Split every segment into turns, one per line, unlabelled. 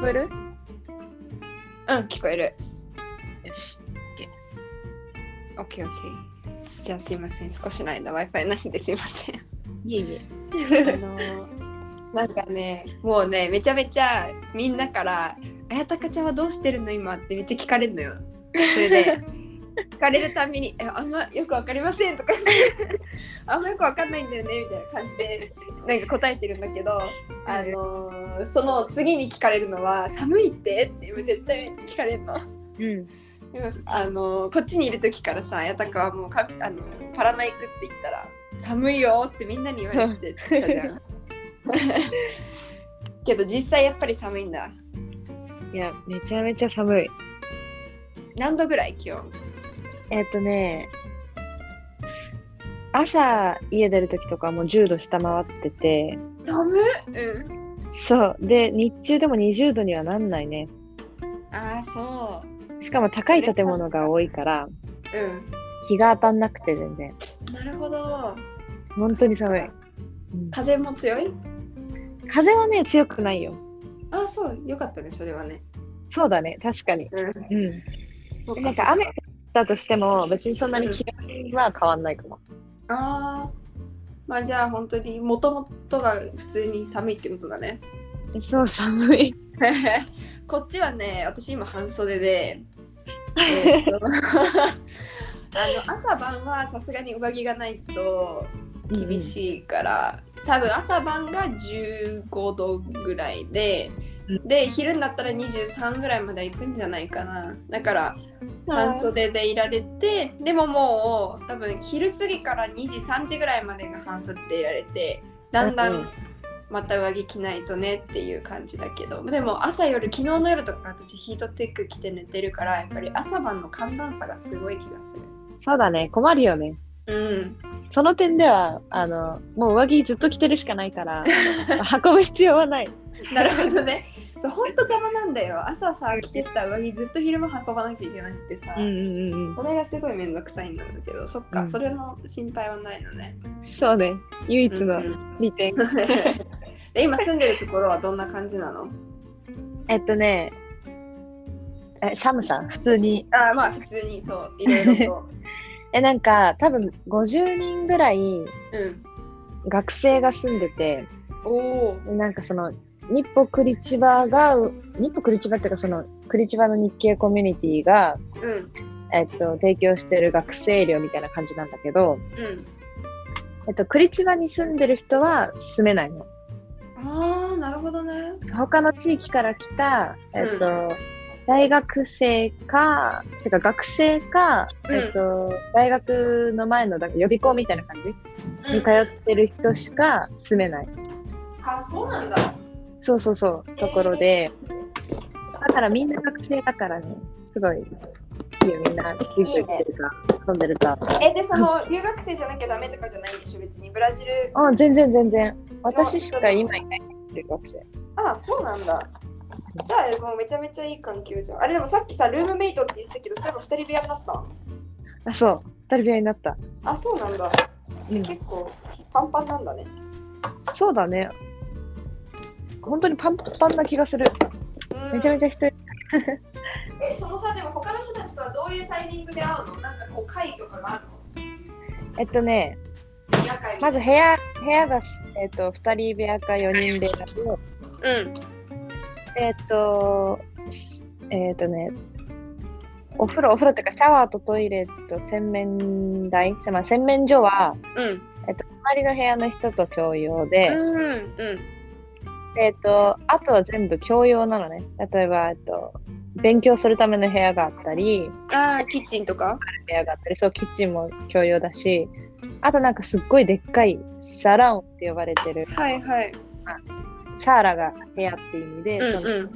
こえるうん、聞こえる。
よし。
オッケーオッケー。じゃあすいません。少しの間 Wi-Fi なしですいません。
いえいえ。
あのーなんかね、もうね、めちゃめちゃみんなから、あやたかちゃんはどうしてるの今ってめっちゃ聞かれるのよ。それで、聞かれるたびに、えあんまよくわかりませんとか、 あんまよくわかんないんだよねみたいな感じで、なんか答えてるんだけど、あのーその次に聞かれるのは、寒いってって絶対聞かれるの。
うん。
でもあのこっちにいる時からさやたかはもうかあのパラナイクって言ったら「寒いよ」ってみんなに言われてたじ ゃん。けど実際やっぱり寒いんだ。
いや、めちゃめちゃ寒い。
何度ぐらい気温
えっとね、朝家出るときとかはもう10度下回ってて、
寒うん。
そう。で、日中でも20度にはなんないね。
ああそ
しかも高い建物が多いから、
う。うん。
日が当たんなくて全然。
なるほど。
本当に寒い。うん
風も強い
風はね、強くないよ。
ああそうよかったねそれはね。
そうだね、確かに。
う
うん。
ん
なんか雨だとしても、別にそんなに気温は変わんないかも。
ああ。まあじゃあ本当にもともとが普通に寒いってことだね。
そう、寒い。
こっちはね私今半袖で、えーっと あの朝晩はさすがに上着がないと厳
い。
しいから、多分朝晩が15度ぐらいで
う
で昼になったら23ぐらいまで行くんじゃないかなだから半袖でいられてでももう多分昼過ぎから2時3時ぐらいまでが半袖でいられてだんだ
うんうん
んまた上着着ないとねっていう感じだけどでも朝夜昨日の夜とか私ヒートテック着て寝てるからやっぱり朝晩の寒暖差がすごい気がする。
そうだね、困るよね。
うん、
その点では、あの、もう上着ずっと着てるしかない から、運ぶ必要はない。
なるほどね。そうほんと邪魔なんだよ。朝さ着てた上着ずっと昼間運ばなきゃいけなくてさ、
うんうん
それがすごいめんどくさいんだけどそっか、
うん
それの心配はないのね。
うん。そうね、唯一の
うんうん
利点。
で今住んでるところはどんな感じなの
えっとね、え、寒さ普通に。
あーまあ普通にそういろいろと。
え、なんか、多分50人ぐらい
うん、
学生が住んでて、
おお。
でなんかその、日歩栗千葉が、日歩栗千葉っていうか、その、栗千葉の日系コミュニティが、
うん
えっと、提供してる学生寮みたいな感じなんだけど、
うん。
えっと、栗千葉に住んでる人は住めないの。
ああなるほどね。
他の地域から来た、えっと、
う
大学生か、てか学生か、
うん
えっと、大学の前のだ予備校みたいな感じ、に通ってる人しか住めない。
あそうなんだ。
そうそうそう、ところで、だからみんな学生だからね、すごい、いいよみんな、ついてきてるか、飛んでるか。
えでその留学生じゃなきゃダメとかじゃないんでしょ別にブラジル。
うん、全然全然。私しか今いない留学生。
あそうなんだ。じゃあもうめちゃめちゃいい環境じゃん。あれでもさっきさルームメイトって言ってたけどそういえば二人部屋になったの
あ、そう、二人部屋になった。
あそうなんだ。
うん、
結構パンパンなんだね。
そうだね。本当にパンパンな気がする。めちゃめちゃ人いる
えそのさでも他の人たちとはどういうタイミングで会うのなんかこう会とかがあるの
えっとね、
夜会
まず部屋、部屋が、えっと、2人部屋か4人部屋で、
うん。
えっと、しえっとね、お風呂、お風呂っていうか、シャワーとトイレと洗面台、まあ、洗面所は、
うん。
周りの部屋の人と共用で、
うん。うん。
えっと、あとは全部共用なのね。例えば、えっと、勉強するための部屋があったり、
ああ、キッチンとか
部屋があったり、そう、キッチンも共用だし、あとなんかすっごいでっかいサラウンって呼ばれてる、
はいはい。
サーラが部屋っていう意味で、
うん
その
うん。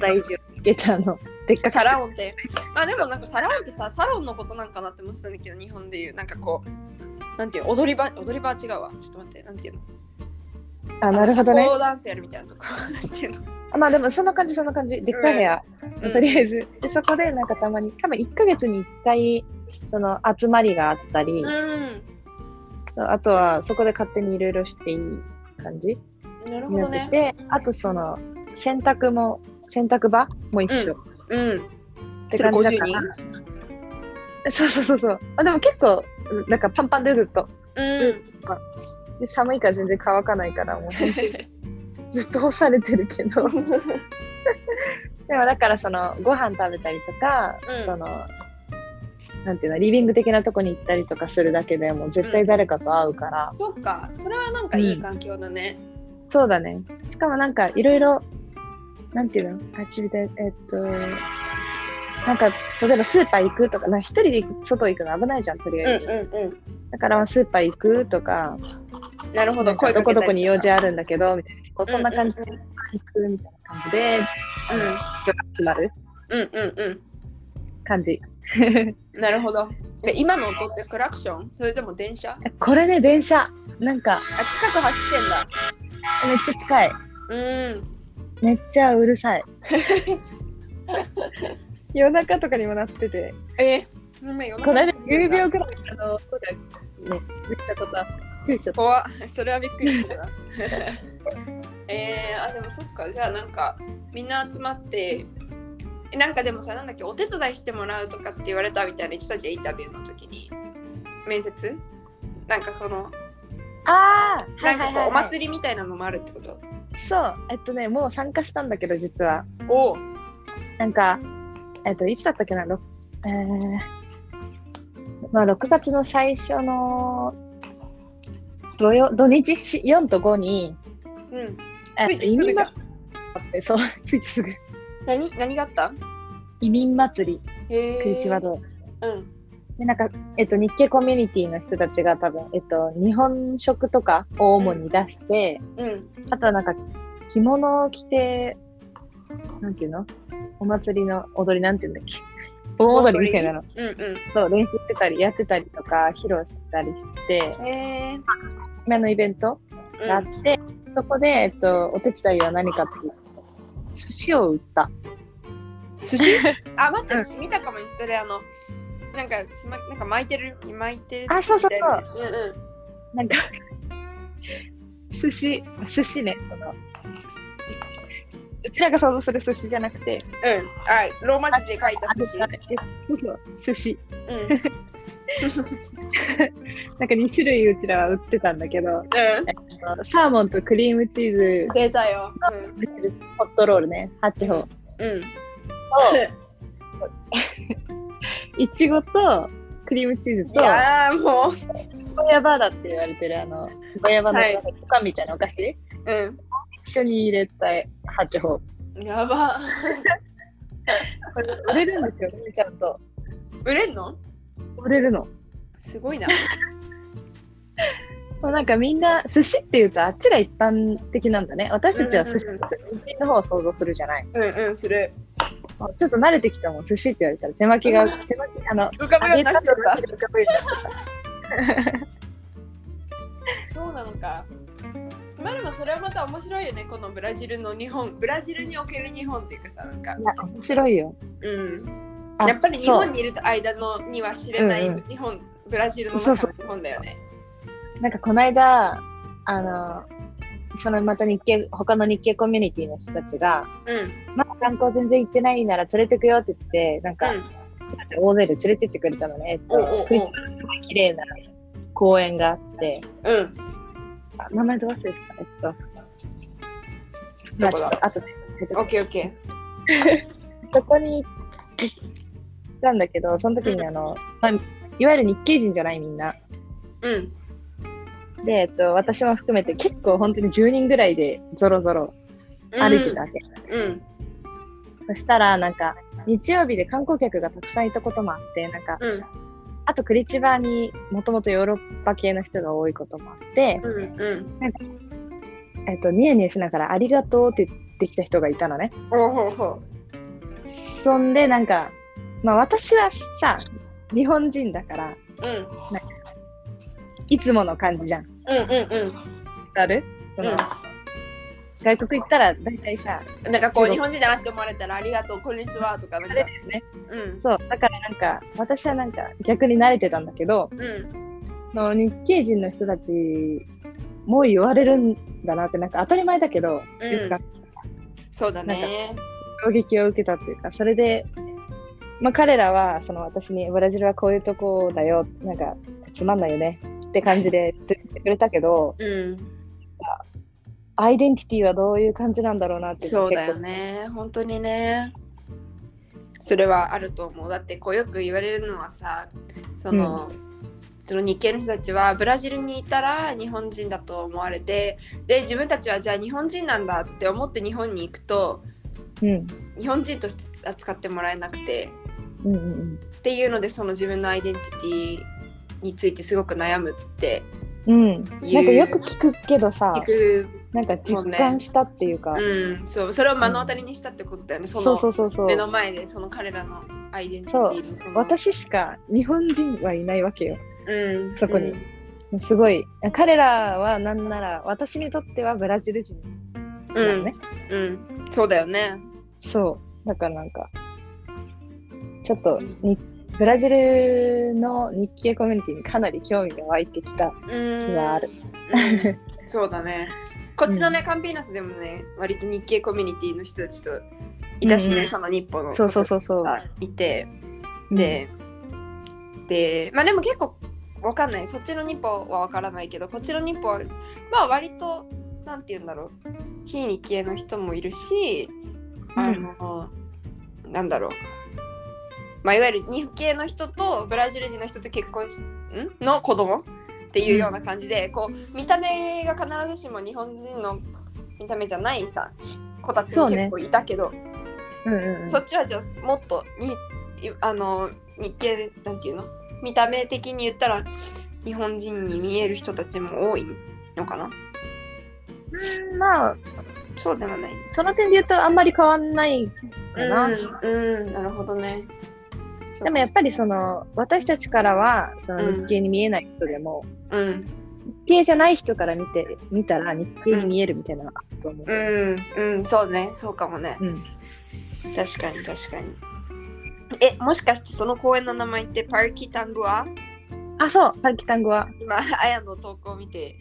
東大寺をつけたあの、でっかく
サラオンって。まあでもなんかサラオンってさ、サロンのことなんかなって思ってたんだけど、日本でいう、なんかこう、なんていう、踊り場、踊り場は違うわ。ちょっと待って、なんていうの。
あ、なるほど
社
ね。
交ダンスやるみたいなとこ。なんていうの。
あまあでもそんな感じ、そんな感じ。でっかい部屋、
うん
とりあえず。で、そこでなんかたまに、多分1ヶ月に1回、その集まりがあったり、
うん。
あとはそこで勝手にいろいろしていい感じ
なるほ
にな
ど
って
ね。
て、あとその、洗濯も洗濯場も一緒、
う
っ
ん。
て
それ
感じだ
50
から
人。
そうそうそうそうあでも結構うんなんかパンパンでずっと
うん。
で寒いから全然乾かないからもう本当にずっと干されてるけ どでもだからそのご飯食べたりとか、
うん
そのなんていうのリビング的なとこに行ったりとかするだけでもう絶対誰かと会うから、
そっか、それはなんかいい環境だね。
そうだねしかもなんかいろいろなんていうのアクティビティえっとなんか例えばスーパー行くとかなんか一人で行く外行くの危ないじゃんとり
う
あえず、
う
だからまあスーパー行くとか
ん。なるほ
な
ど、
んか
声か
どこ
けたりと
ど
か
こに用事あるんだけどみたいなこうそんな感じ
う
で行くみたいな感じで、
うん
人が集まる
うんうんう
感じ
ん。なるほど。で今の音ってクラクションそれとも電車
えこれね電車なんか
あ、近く走ってんだ。
めっちゃ近い
うん。
めっちゃうるさい 夜中とかにもなってて
えー、今夜中
この間10秒くらいあの音がね見たことあってびっくりしちゃった
怖っそれはびっくりしたなえー、あでもそっかじゃあなんかみんな集まってえなんかでもさなんだっけお手伝いしてもらうとかって言われたみたいな言ってたじゃんインタビューの時に面接なんかその
ああ
なんかこうお祭りみたいなのもあるってこと
そうえっとねもう参加したんだけど実は
おお
なんか、えっと、いつだったっけな、ろえーまあ、6月の最初の土曜土日し4と5に、
うん
え
つ
っ
い
と、
て
移
すぐ
民
じゃ
祭
ん
りって、そう、 ついてすぐ、
何何があった
移民祭り、
へ
クイチワで。
うん
で、なんか、えっと、日系コミュニティの人たちが多分、えっと、日本食とかを主に出して、
うん
あとはなんか、着物を着て、なんていうのお祭りの踊り、なんていうんだっけ盆踊りみたいなの。
うんう
そう、練習してたり、やってたりとか、披露してたりして、
んえー
今のイベント
うん
があって、そこで、えっと、お手伝いは何かっていうと寿司を売った。
寿司 あ待って私見たかもインスタであのなんかすまなんか巻いてる巻いてる
あ、そうそう
みたい
そ
な
う。
うんうん
なんか、寿司、寿司ね、その、うちらが想像する寿司じゃなくて、
うん、あ、ローマ字で書いた寿司。
あれあれそうそう寿司。
う
なんか2種類うちらは売ってたんだけど、
ん、うん、
サーモンとクリームチーズ、
出たよ。
ホットロールね、8本。
うん、うん、
いちごとクリームチーズ
い
と、
やーもう、
ゴヤバーダって言われてるあのゴヤバの
はい
とかみたいなお菓子、
う
一緒に入れた8本
ん、やば。
これ売れるんですよねちゃんと
売れんの？
売れるの
すごいな。
もうなんかみんな寿司っていうとあっちが一般的なんだね私たちは寿司
うんうん
日本の方を想像するじゃない
うんうんする。
もうちょっと慣れてきたもん寿司って言われたら手巻きが
う
手巻きあの
浮かぶ
揚
よ
げ
うに
た
なっちゃっ
のが
た。そうなのか。まあでもそれはまた面白いよねこのブラジルの日本ブラジルにおける日本っていうかさなんか
いや面白いよ
うん
あ
やっぱり日
そ
本
う
にいると間のには知れない
うんう
日本ブラジルの中の日本だよね
なんかこの間あのそのまた日系他の日系コミュニティの人たちが、
うん
まだ観光全然行ってないなら連れてくよって言って、なんか、大勢で連れてってくれたのね。えっ
おうおうお
と
う、
クリスマスすごい綺麗な公園があって、
うんうん
あ名前どう忘れしたえっと、
どこだ
まあ、あとで、
オッケーオッケ
そこに行ったんだけど、その時にあの、まあ、いわゆる日系人じゃないみんな。
ーうん
で、えっと、私も含めて結構本当に10人ぐらいでぞろぞろ歩いてたわけ。
うん
そしたら、なんか、日曜日で観光客がたくさんいたこともあって、なんか、
うん
あとクリチバにもともとヨーロッパ系の人が多いこともあって、
うんうん
えっと、ニヤニヤしながらありがとうって言ってきた人がいたのね。
ほうほうほ
そんでなんか、まあ私はさ、日本人だから、
ううん
いつもの感じじゃん。わ
うんうん
かるその、外国行ったら大体さ、
うんなんかこ
中国
う日本人だなって思われたらありがとうこんにちはとかなん
あ
か
れですね。
うん
そう、だからなんか、私はなんか逆に慣れてたんだけど、
うん
その日系人の人たちも言われるんだなって、なんか当たり前だけど、
うん
よく考え
そうだね
衝撃を受けたっていうか、それで、まあ、彼らはその私にブラジルはこういうとこだよ、なんかつまんないよねって感じでずっと言ってくれたけど、
うん、
アイデンティティはどういう感じなんだろうなっていの
そう
が
だ
結構
よね本当にねそれはあると思うだってこうよく言われるのはさその、その日系の人たちはブラジルにいたら日本人だと思われてで自分たちはじゃあ日本人なんだって思って日本に行くと
うん
日本人として扱ってもらえなくて
うんうん
っていうのでその自分のアイデンティティについてすごく悩むって
うん、うん、なんか
言う
よく聞くけどさ
聞く、
なんか実感したっていうか
うん、そうそれを目の当たりにしたってことだよね、そ
そうそ
の
うそうそう
目の前でその彼らのアイデンティティのその
私しか日本人はいないわけよ
うん、
そこにすごい彼らはなんなら私にとってはブラジル人
う
なの
ん、
ね、
うん、そうだよね。
そうだからなんかちょっとにブラジルの日系コミュニティにかなり興味が湧いてきた
うん、
気はある
うん そうだね。こっちのね、カンピーナスでもね、割と日系コミュニティの人たちといたしね、
うんうん
その日本の
そうそうそうそう
あいて、で、で、まあでも結構わかんない、そっちの日本はわからないけど、こっちの日本は、まあ割と、なんて言うんだろう、非日系の人もいるし、あの、なんだろう。まあ、いわゆる日系の人とブラジル人の人と結婚しんの子供っていうような感じで、こう見た目が必ずしも日本人の見た目じゃないさ子たち
そ
も
うね
結構いたけどそ,、
うんうんうん
っちはじゃあもっとにいあの日系なんていうの見た目的に言ったら日本人に見える人たちも多いのかな
うんまあ
そうではない
その点で言うとあんまり変わんないかな、
うん、うん、なるほどね
でもやっぱりその私たちからはその
うん
日系に見えない人でも、
うん
日系じゃない人から見て見たら日系に見えるみたいなのがあると思う、
うん、うん、そうね、そうかもね。
うん
確かに、確かに。え、もしかしてその公園の名前ってパーキータングは
あそうさっき単語は
今、あやの投稿を 見て、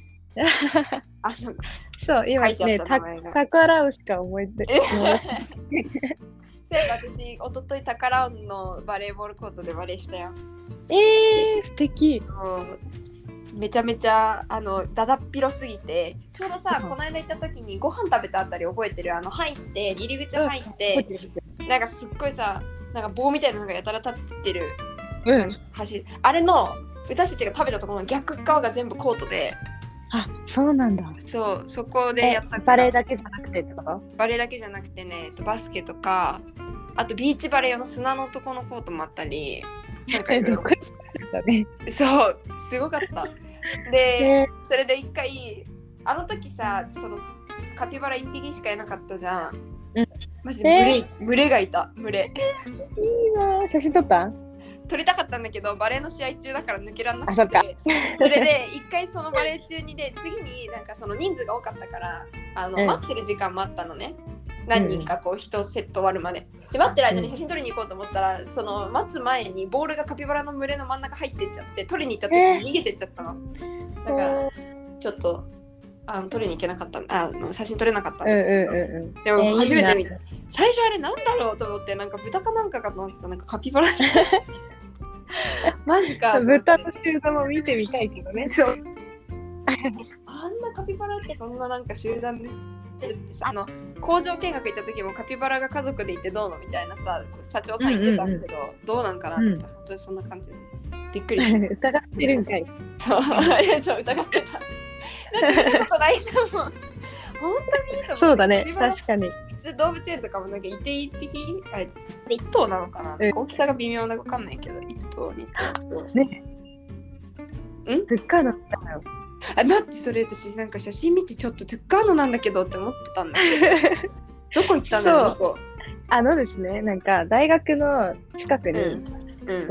あの、
そう今
書いてあ
ね
った
た
名前が
宝をしか思い出
そういえば私、一昨日タカラウンのバレーボールコートでバレーしたよ。
えー、素敵
もうめちゃめちゃあのだだっ広すぎてちょうどさ
うん
この間行った時にご飯食べたあたり覚えてるあの入って入り口入って、なんかすっごいさなんか棒みたいなのがやたら立ってる
うん
走るあれの私たちが食べたところの逆側が全部コートで
あそうなんだ
そうそこで
え
やった
バレエ
だ
だけじゃなくてってこと
バレーだけじゃなくてねえっとバスケとかあとビーチバレー用の砂のとこのコートもあったりなんかい
え
ろい
ど
ろ
こだね
そうすごかったで
え
それで一回あの時さそのカピバラ一匹しかいなかったじゃん、
うん
マジで群れ,、群れがいた群れ
ー、いいなー写真撮った
撮りたかったんだけどバレーの試合中だから抜けられなくて
あそっか
それで一回そのバレー中にで次になんかその人数が多かったからあの、
うん
待ってる時間もあったのね何人かこう人セット終わるまでで待ってる間に写真撮りに行こうと思ったら、その待つ前にボールがカピバラの群れの真ん中入ってっちゃって取りに行った時に逃げてっちゃったの、だからちょっとあの撮りに行けなかったあの写真撮れなかったん
うん
ですけど、
うんうんうん
で
えーいい
も
な
初めて見た、最初あれなんだろうと思ってなんか豚かなんかかと思ってたなんかカピ バラマジかと思って
豚の集団も見てみたいけどねそう
あんなカピバラってそんななんか集団であの工場見学行った時もカピバラが家族で行ってどうのみたいなさ社長さん言ってたんだけど、どうなんかなと思ったら、本当にそんな感じでびっくりしま し
疑ってるん かい
たそうそう疑って ただって見たことないんだもん本当にいいと思って
そうだね
カピバラ
確かに
普通動物園とかもなんかいて一匹あれ一頭なのかな、
うん
大きさが微妙なわかんないけど一頭二頭そう
でっかいのあったのよ
あ待ってそれ私なんか写真見てちょっとトゥッカーノなんだけどって思ってたんだ けどどこ行ったんだろうどこ
あのですね、なんか大学の近く
う
に、
んうん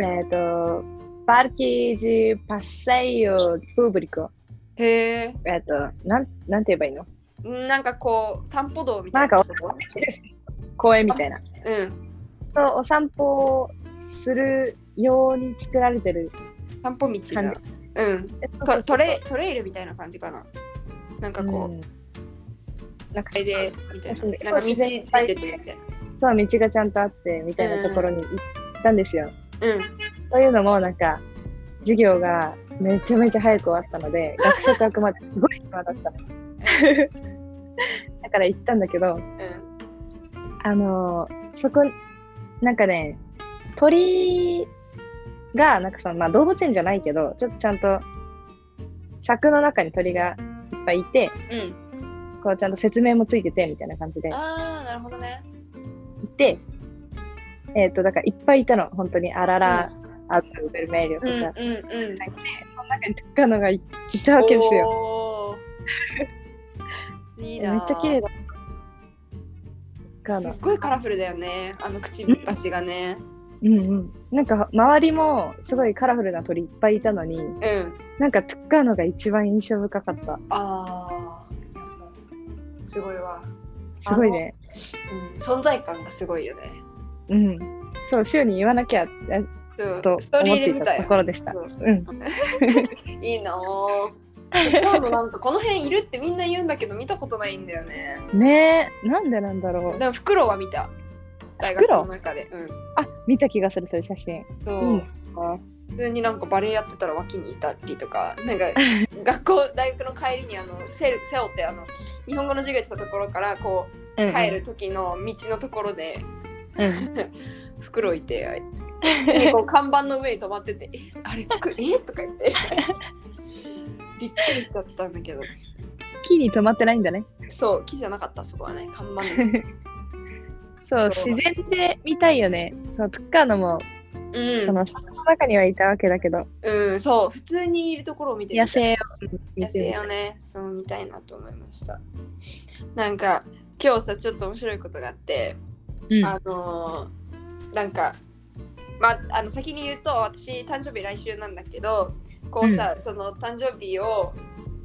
えっ、と、パルキージ・パッセイオ・プーブリコ、
へえ
えっ、と、なん、なんて言えばいいの
なんかこう散歩道みたいな
なん
と
か
こ
公園みたいな。
うん
と、お散歩をするように作られてる。
散歩道が
感
うん
えっと
トトレトレイルみたいな感じかななんかこ
う
う、
んなんか
あれでみたいな
そう
なんか道ついててみたいな
そう、道がちゃんとあって、みたいなところに行ったんですよ。
うん。
というのも、なんか、授業がめちゃめちゃ早く終わったので、学食あくまですごい暇だったの。だから行ったんだけど、
うん。
あのーそこ、なんかね、鳥が、なんかその、まあ動物園じゃないけど、ちょっとちゃんと、柵の中に鳥がいっぱいいて、
うん。
こうちゃんと説明もついてて、みたいな感じで、行
ああ、なるほどね。
って、えっ、と、だからいっぱいいたの、本当に、あらら、
う
アウト、ベルメールと
ん。うん
か、
うんうん。
中に高野がいいたわけですよ。
よ。いい
め
な。
っちゃ綺麗だ。高
すっ
野。
ごいカラフルだよね。あのくちばしがね。
うんうん。なんか、周りもすごいカラフルな鳥いっぱいいたのに、
うん。
なんか高野が一番印象深かった。
ああ。やっぱすごいわ。
すごいね。
うん。存在感がすごいよね。
うん。そう、週に言わなきゃえっ
そう
と
ストー
思
リ
っ
ー
て
で
い
見
た
た
と
よ。
ころでした。
そう
うん。
いいなー。今度なんかこの辺いるってみんな言うんだけど見たことないんだよね。
ねえ、なんでなんだろう。
でもフクロウは見た。大学の中で。うん。
あ、見た気がする、それ写真。
そう。
うん
普通になんかバレエやってたら脇にいたりとか、な んか学校大学の帰りにあのセル背負ってあの日本語の授業やってたところからこう帰る時の道のところで
うんうん。
袋 いて、普通にこう看板の上に止まってて、えあれ服えとか言って。 びっくりしちゃったんだけど、
木に止まってないんだね。
そう木じゃなかったそこはね看板で した。
そう、
そう
自然で見たいよね。そう、つっかのも、
う
そ
ん、
の、その中にはいたわけだけど、
うん、そう普通にいるところを見てみたい
野生を見
野
て
生をねそう見たいなと思いましたなんか今日さちょっと面白いことがあって、
みる。
あのーなんかまああの先に言うと私誕生日来週なんだけどこうさ、その誕生日を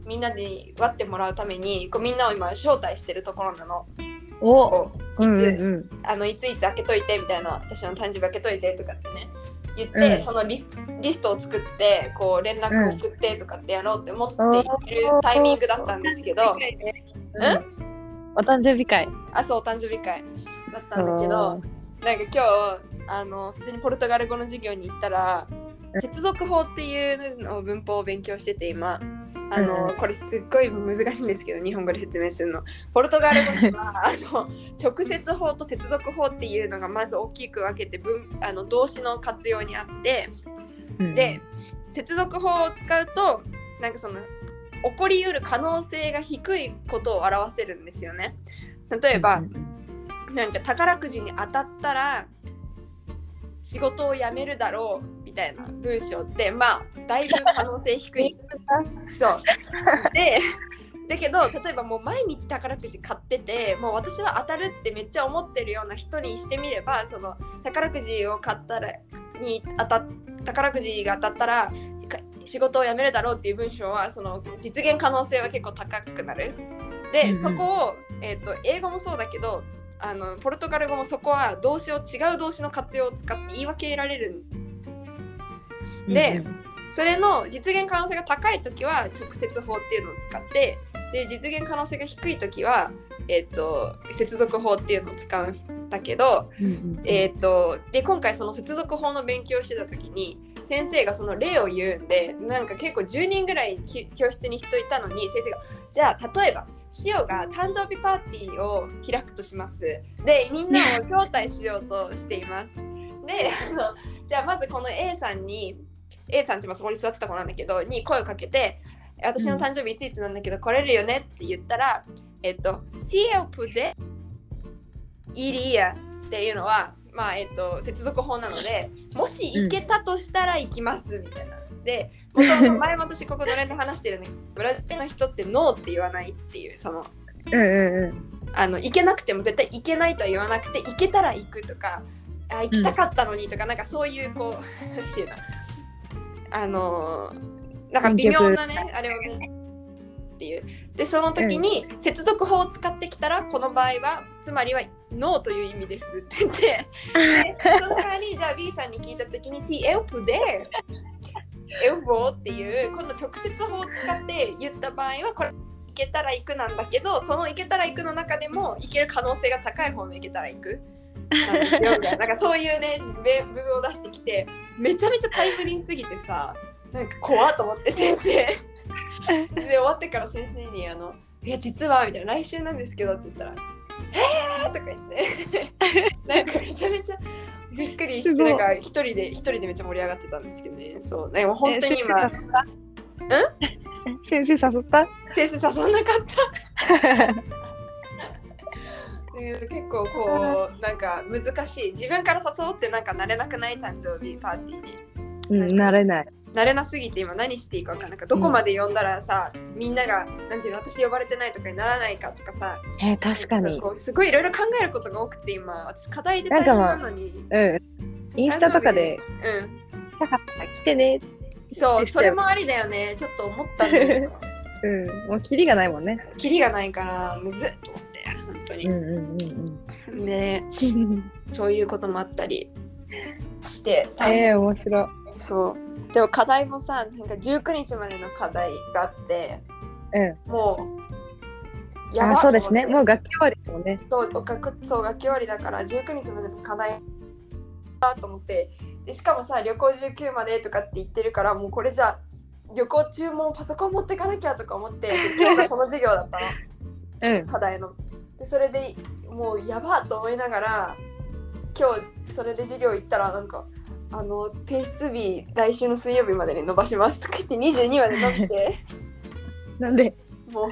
みんなに割ってもらうためにこうみんなを今招待してるところなの。
うん。お
こう
うんう
いつ
んうん。
あのいついつ開けといてみたいな私の誕生日開けといてとかってね言って、
うん
そのリスリストを作ってこう連絡を送ってとかってやろうって思っている
おー
タイミングだったんですけど、
うんお誕生日会。
あそうお誕生日会だったんだけ
そ
どなんか今日あの普通にポルトガル語の授業に行ったら接続法っていうのを文法を勉強してて今あの、
う
これすっごい難しいんですけど日本語で説明するのポルトガル語に はあの直接法と接続法っていうのがまず大きく分けて文あの動詞の活用にあって
うん
で、接続法を使うとなんかその起こりうる可能性が低いことを表せるんですよね例えば、
うん
なんか宝くじに当たったら仕事を辞めるだろうみたいな文章ってまあだいぶ可能性低いそう でだけど例えばもう毎日宝くじ買っててもう私は当たるってめっちゃ思ってるような人にしてみればその宝くじを買ったらに当た宝くじが当たったらか仕事を辞めるだろうっていう文章はその実現可能性は結構高くなる。
う
で、
んうん
そこを、えー、と英語もそうだけどあのポルトガル語もそこは動詞を違う動詞の活用を使って言い分けられるでそれの実現可能性が高い時は直接法っていうのを使ってで実現可能性が低い時は、えー、と接続法っていうのを使うんだけど
うんうん、
えー、とで今回その接続法の勉強をしてた時に先生がその例を言うんでなんか結構10人ぐらいき教室に人いたのに先生が「じゃあ例えばシオが誕生日パーティーを開くとします」でみんなを招待しようとしています。であのじゃあまずこの A さんに A さんってまあそこに座ってた子なんだけどに声をかけて「私の誕生日いついつなんだけど来れるよね」って言ったら「えっと CEO でイリア」っていうのはまあえっと接続法なのでもし行けたとしたら行きますみたいな。で元々前も私ここの連で話してるんだけどブラジルの人ってノーって言わないっていうその
うんうんうん。
あの行けなくても絶対行けないとは言わなくて行けたら行くとかあ行きたかったのにとか、なんかそういうこうなんていうのあのーなんか微妙なねあれをねっていうでその時に接続法を使ってきたらこの場合はつまりは「ノー」という意味ですって言ってでその代わりじゃあ B さんに聞いた時に「See help で「エ l フォー」っていうこの直接法を使って言った場合はこれ行けたら行くなんだけどその行けたら行くの中でも行ける可能性が高い方の行けたら行くなんですよみたいななんかそういうね べ部分を出してきてめちゃめちゃタイムリーすぎてさなんか怖っと思って先生で終わってから先生にあの「いや実は」みたいな「来週なんですけど」って言ったら「えー!」とか言ってなんかめちゃめちゃびっくりし
す
て
ごい
なんか一人で一人でめっちゃ盛り上がってたんですけどねそうねもう本当に今
え先生誘った
先生誘んなかったね結構こうなんか難しい自分から誘おうってなんか慣れなくない誕生日パーティーに
うん、なれない。
慣れなすぎて今何していいか分かんないなんかどこまで呼んだらさ、みんながなんていうの私呼ばれてないとかにならないかとかさ
えー確かに。
こうすごいいろいろ考えることが多くて今私課題で
な
大
んか
変
まあ
なのに
うん。インスタとかで、
うん
来てね。
そう
でした
そ
よ
れもありだよねちょっと思ったんだ けど
うん。もうキリがないもんね。
キリがないからむずっと思って本当
うんう
に、
んうん
ね
うん。
そういうこともあったりして大変
えー、面白い。
そうでも課題もさなんか19日までの課題があって
うん。
もう
あそうですね。もう
が
楽器終わりですもんね。
そうおかそう楽器終わりだから19日までの課題だと思ってでしかもさ旅行19までとかって言ってるからもうこれじゃ旅行中もパソコン持ってかなきゃとか思ってで今日がその授業だったの
うん。
課題の。でそれでもうやばっと思いながら今日それで授業行ったらなんか「あの提出日来週の水曜日までに伸ばします」とか言って22まで伸びて
なんで、
もう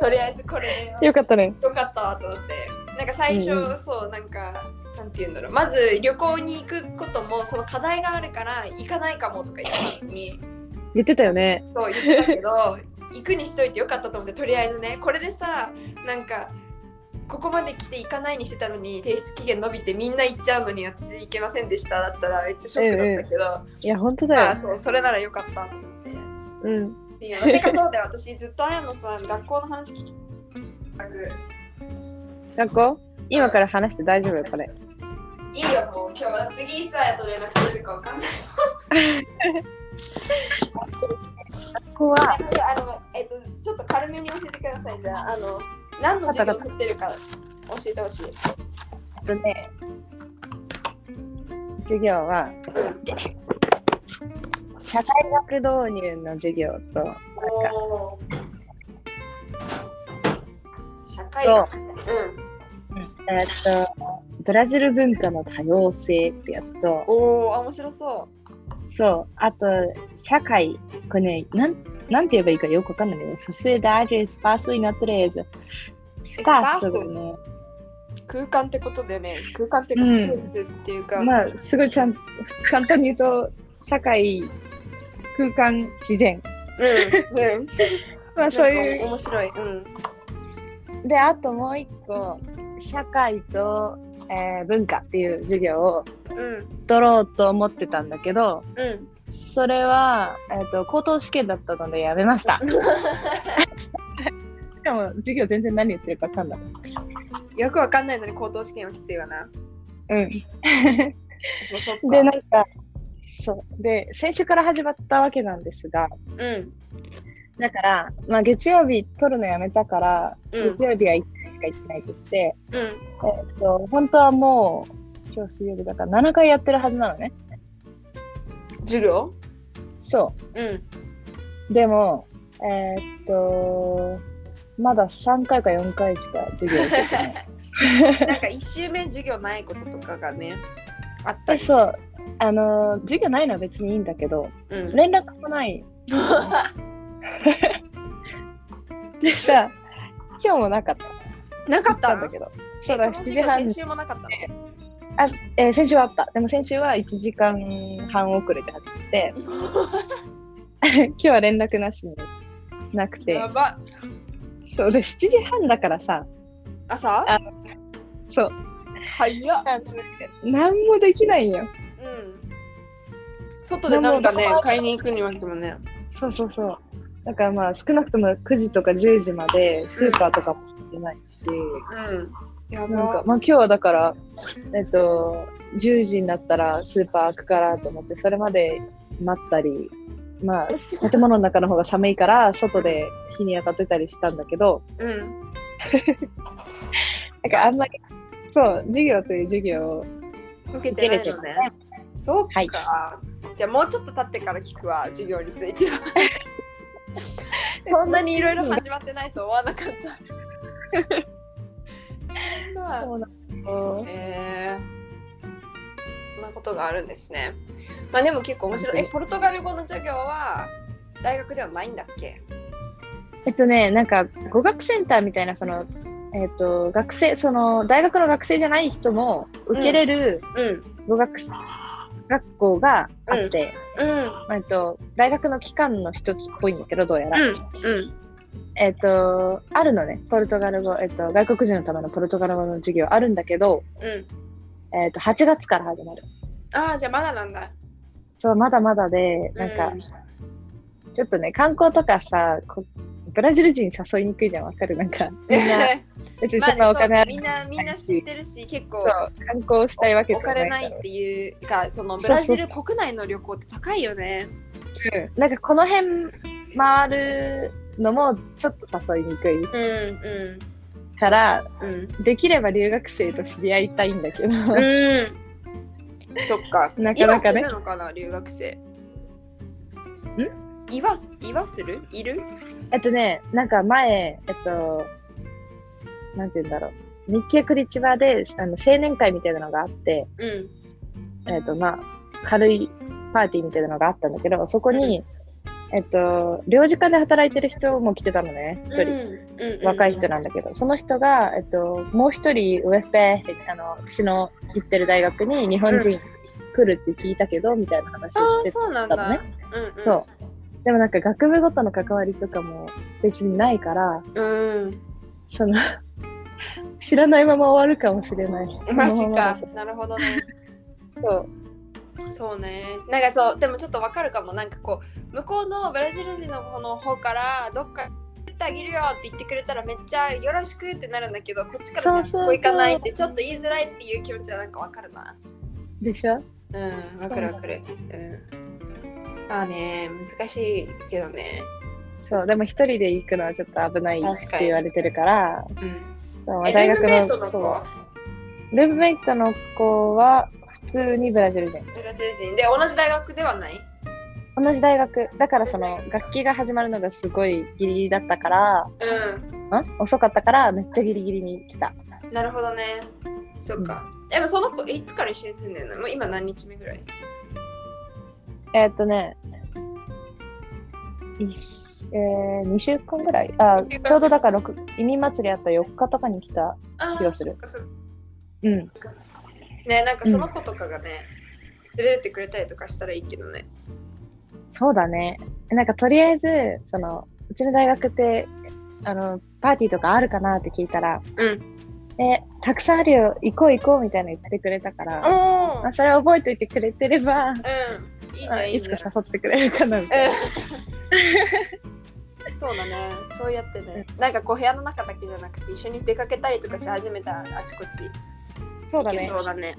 とりあえずこれで
よかったね。
よかったわと思ってなんか最初、
うんう
そうなんか。なんて言うんだろうまず旅行に行くこともその課題があるから行かないかもとか言ったのに
言ってたよね。
そう言ってたけど行くにしといてよかったと思ってとりあえずねこれでさなんかここまで来て行かないにしてたのに提出期限伸びてみんな行っちゃうのに私行けませんでしただったらめっちゃショックだったけど、
いや、本当
ま
だ
あ
よ。
そうそれならよかったと思って。
うん。
っ ていうのてかそうだよ私ずっとあやのさん学校の話聞きたく
学校今から話して大丈夫よ、これ。
いいよもう今日は次いつあやと連絡取れるかわかんない。
学校は、
あのえっとちょっと軽めに教えてくださいじゃああの何の授業を取ってるか教えてほしい。
えっとね、授業は、社会学導入の授業と、
おー社会学うん
えっと、ブラジル文化の多様性ってやつと、
おお面白そ
そう、あと、社会、これね、なん、なんて言えばいいかよくわかんないけど、ソシエダージェスパースイナトレーズ。スパースがね、
う空間ってことでね空間って
うん
いうかスペースっていうか、
まあ、すごいちゃん、簡単に言うと、社会、空間、自然。
うんうん
まあ、そういう
なんか面白いうん
であともう一個社会と、えー文化っていう授業を
うん
取ろうと思ってたんだけど
うん
それは、えー、と高等試験だったのでやめましたでも授業全然何言ってるか分かんない
よくわかんないのに高等試験はきついわな
うん
もうそっ
でな
か
んかそうで先週から始まったわけなんですが
うん
だから、まあ、月曜日取るのやめたから、
うん
月曜日は1回しか行ってないとして、
うん
えー、と本当はもう今日水曜日だから7回やってるはずなのね
授業
そう
うん
でも、えーっと、まだ3回か4回しか授業受けてない。
なんか一周目授業ないこととかがねあった
で
り
そう、あの、授業ないのは別にいいんだけど、
うん
連絡も ない。でさ、今日もなかった。
なか
あ
っ
ったた
ん
ん
だ
だ
け
けど。
ど
そうだ、7時半
先
に、
週もなかったの
あえー先週はあった。でも先週は1時間半遅れて始めて、 今日は連絡なしになくて
や、ば
そうで、7時半だからさ、
朝
あそう、
早っ
あの何もできないんよ。
うん。外でなんかね
でも、
買いに行くにはでもね。
そうそうそう。だからまあ少なくとも9時とか10時までスーパーとかも行ってないし、
うん。や
なんか
ば。
まあ今日はだから、えっと、10時になったらスーパー開くからと思って、それまで待ったり、まあ建物の中の方が寒いから外で日に当たってたりしたんだけど、
うん。
なんかあんまりそう、授業という授業を
受け
受け
てな
れ
い
て
の
ま
ね
せん。
そうか、
はい
じゃあもうちょっと経ってから聞くわ授業については そんなにいろいろ始まってないと思わなかった そんな
そうなんだよ
えー、そんなことがあるんですね。まあでも結構面白い。え、ポルトガル語の授業は大学ではないんだっけ
えっとね、なんか語学センターみたいな、その、えっと、学生、その、大学の学生じゃない人も受けれる
うん。
語学し、学校があって、
うん。
まあえっと、大学の期間の一つっぽいんだけど、どうやら。
うん。
えっと、あるのね、ポルトガル語、えっと、外国人のためのポルトガル語の授業あるんだけど、
うん。
えっと、8月から始まる。
ああ、じゃあまだなんだ。
そう、まだまだで、なんか、ちょっとね、観光とかさ、こブラジル人誘いにくいじゃん、わかるなんか、みん な、別に
まあ
そんなお金あ
ねそ
る
うねみんな、みんな知ってるし、結構
そう、観光したいわけ
お
じゃ
金
な
ない
い
っ
か
ていうか、その
そ
ブ
うそう
ラジル国内の旅行って高いよね。
ら。うんなんか、この辺回るのも、ちょっと誘いにくい
うんう
から、
んうん。
できれば留学生と知り合いたいんだけど、
うん。そっか。
なかなかね
今するのかな、留学生。ん今す、今するいる
えっとね、なんか前、えっと、なんて言うんだろう。日系クリチバで、あの、青年会みたいなのがあって、
うん。
えっと、まあ、軽いパーティーみたいなのがあったんだけど、そこに、えっと、領事館で働いてる人も来てたのね、一人。
人
若い人
な
なんだけど、その人が、えっと、もう一人、ウェフペって、あの、私の行ってる大学に日本人来るって聞いたけど、みたいな話を
あ
して
あ、
て、
そうなんだ。うんうん、
そう。でもなんか学部ごとの関わりとかも別にないから、
うん。
その知らないまま終わるかもしれない。
マジ
そのま
か
まだと。
なるほどね。
そう
そうね。なんかそう、でもちょっとわかるかも。なんかこう、向こうのブラジル人の方の方から、どっか行ってあげるよって言ってくれたらめっちゃよろしくってなるんだけど、こっちからね
そう
そ
そうそう
こ行かないってちょっと言いづらいっていう気持ちはなんかわかるな。
でしょ
うん、わかるわかる。うん。まあね、難しいけどね。
そう、でも一人で行くのはちょっと危ないっ
確か
て
に
言われてるから、
うん。
そう
え、ルームメイトの子
そ
は
うルームメイトの子は普通にブラジル人。
ブラジル人で同じ大学ではない
同じ大学。だからその楽器が始まるのがすごいギリギリだったから、
うん。
ん遅かったからめっちゃギリギリに来た。
なるほどね。そっか。でもその子、いつから一緒に住んでんのもう今何日目ぐらい
えーっとね、いっえー、2週間ぐらいあ
二週間
ちょうどだから六移民祭りあった4日とかに来た。
あ
気
あ、
がす
そ
る
っかそっか。
うん。
ねなんかその子とかがね、連れてってくれたりとかしたらいいけどね。
そうだね。なんかとりあえず、その、うちの大学って、あの、パーティーとかあるかなって聞いたら、
うん。
え、たくさんあるよ、行こう行こうみたいなの言ってくれたから、
お
まあ、それを覚えておいてくれてれば、
うん。いいじゃ
まあ
ん、いい
いつ
じゃ
か
ん。
誘ってくれるかなみたいな。
うん そうだね。そうやってね。なんかこう部屋の中だけじゃなくて、一緒に出かけたりとかし始めたらあちこち
そうだ
行け
ね。
そうだね。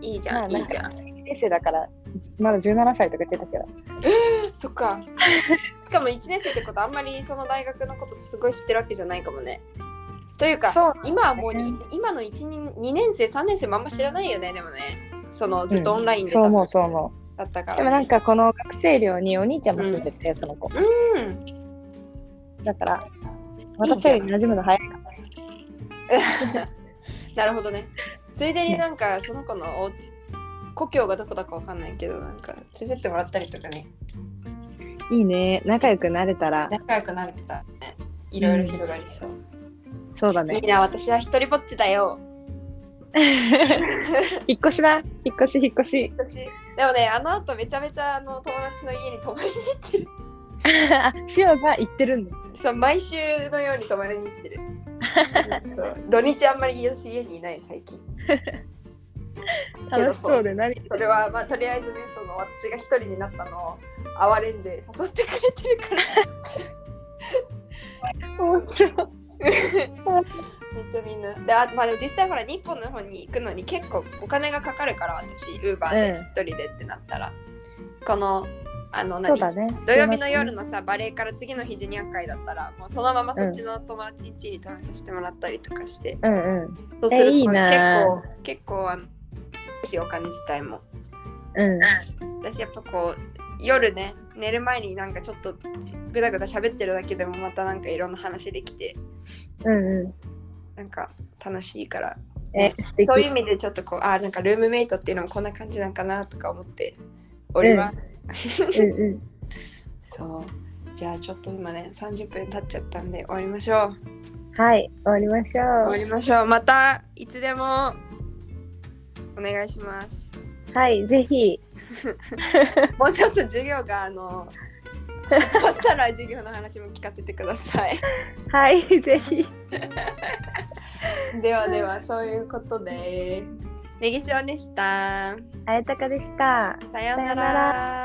いいじゃん、
まあ
いいじゃん。
1年生だから、まだ17歳とか言ってたけど、
そ っか。しかも1年生ってことあんまりその大学のことすごい知ってるわけじゃないかもね。というか、
そう
今はもうに今の1、2 2年生、3年生もあんま知らないよね、でもね。そのずっとオンラインで
そう
だ,、
思う、そう思
ったか
う。
ら。
でもなん、か、この学生寮にお兄ちゃんも住んでて、その子。
うん。
だから、私より馴染むの早いから。
なるほどね。ついでになんかその子のお故郷がどこだかわかんないけど、なんか連れてってもらったりとかね、
いいね。仲良くなれたら、
仲良くなれたらね、いろいろ広がりそう。
そうだ
いい
ね。
な、私は一人ぼっちだよ。
引っ越しだ。引っ越し、引っ越 し。
私でもね、あの後めちゃめちゃあの友達の家に泊まりに行ってる。
あシオが言ってるんだ。
そう毎週のように泊まりに 行ってる。そう土日あんまり私家にいない最近。けど
楽し
そう
そうで何
それはまあとりあえずねその私が一人になったのを哀れんで誘ってくれてるから
面白い。
めっちゃみんな。であまあでも実際ほら日本の方に行くのに結構お金がかかるから私ウーバーで一人でってなったら、このあの
そ
何
うだね。
土曜日の夜のさバレーから次の日ジュニア会だったらもうそのままそっちの友達ん家に泊めさせてもらったりとかして、
うんうん。
そうすると
えいい
結構
な
結構あのしお金自体も
うん。
私やっぱこう夜ね寝る前になんかちょっとぐだぐだ喋ってるだけでもまたなんかいろんな話できて
うんう
なんか楽しいから
ん。え、素敵。
そういう意味でちょっとこうあーなんかルームメイトっていうのもこんな感じなんかなとか思っております、
うんうん。
そうじゃあちょっと今ね30分経っちゃったんで終わりましょう
はい、終わりましょ
終わりましょうまたいつでもお願いし ます
う。はい、ぜひ。
もうちょっと授業があの始まったら授業の話も聞かせてください
はい、 ぜひ。
ではではそういうことでネギ塩でした
あやたかでした。
さような
さような
ら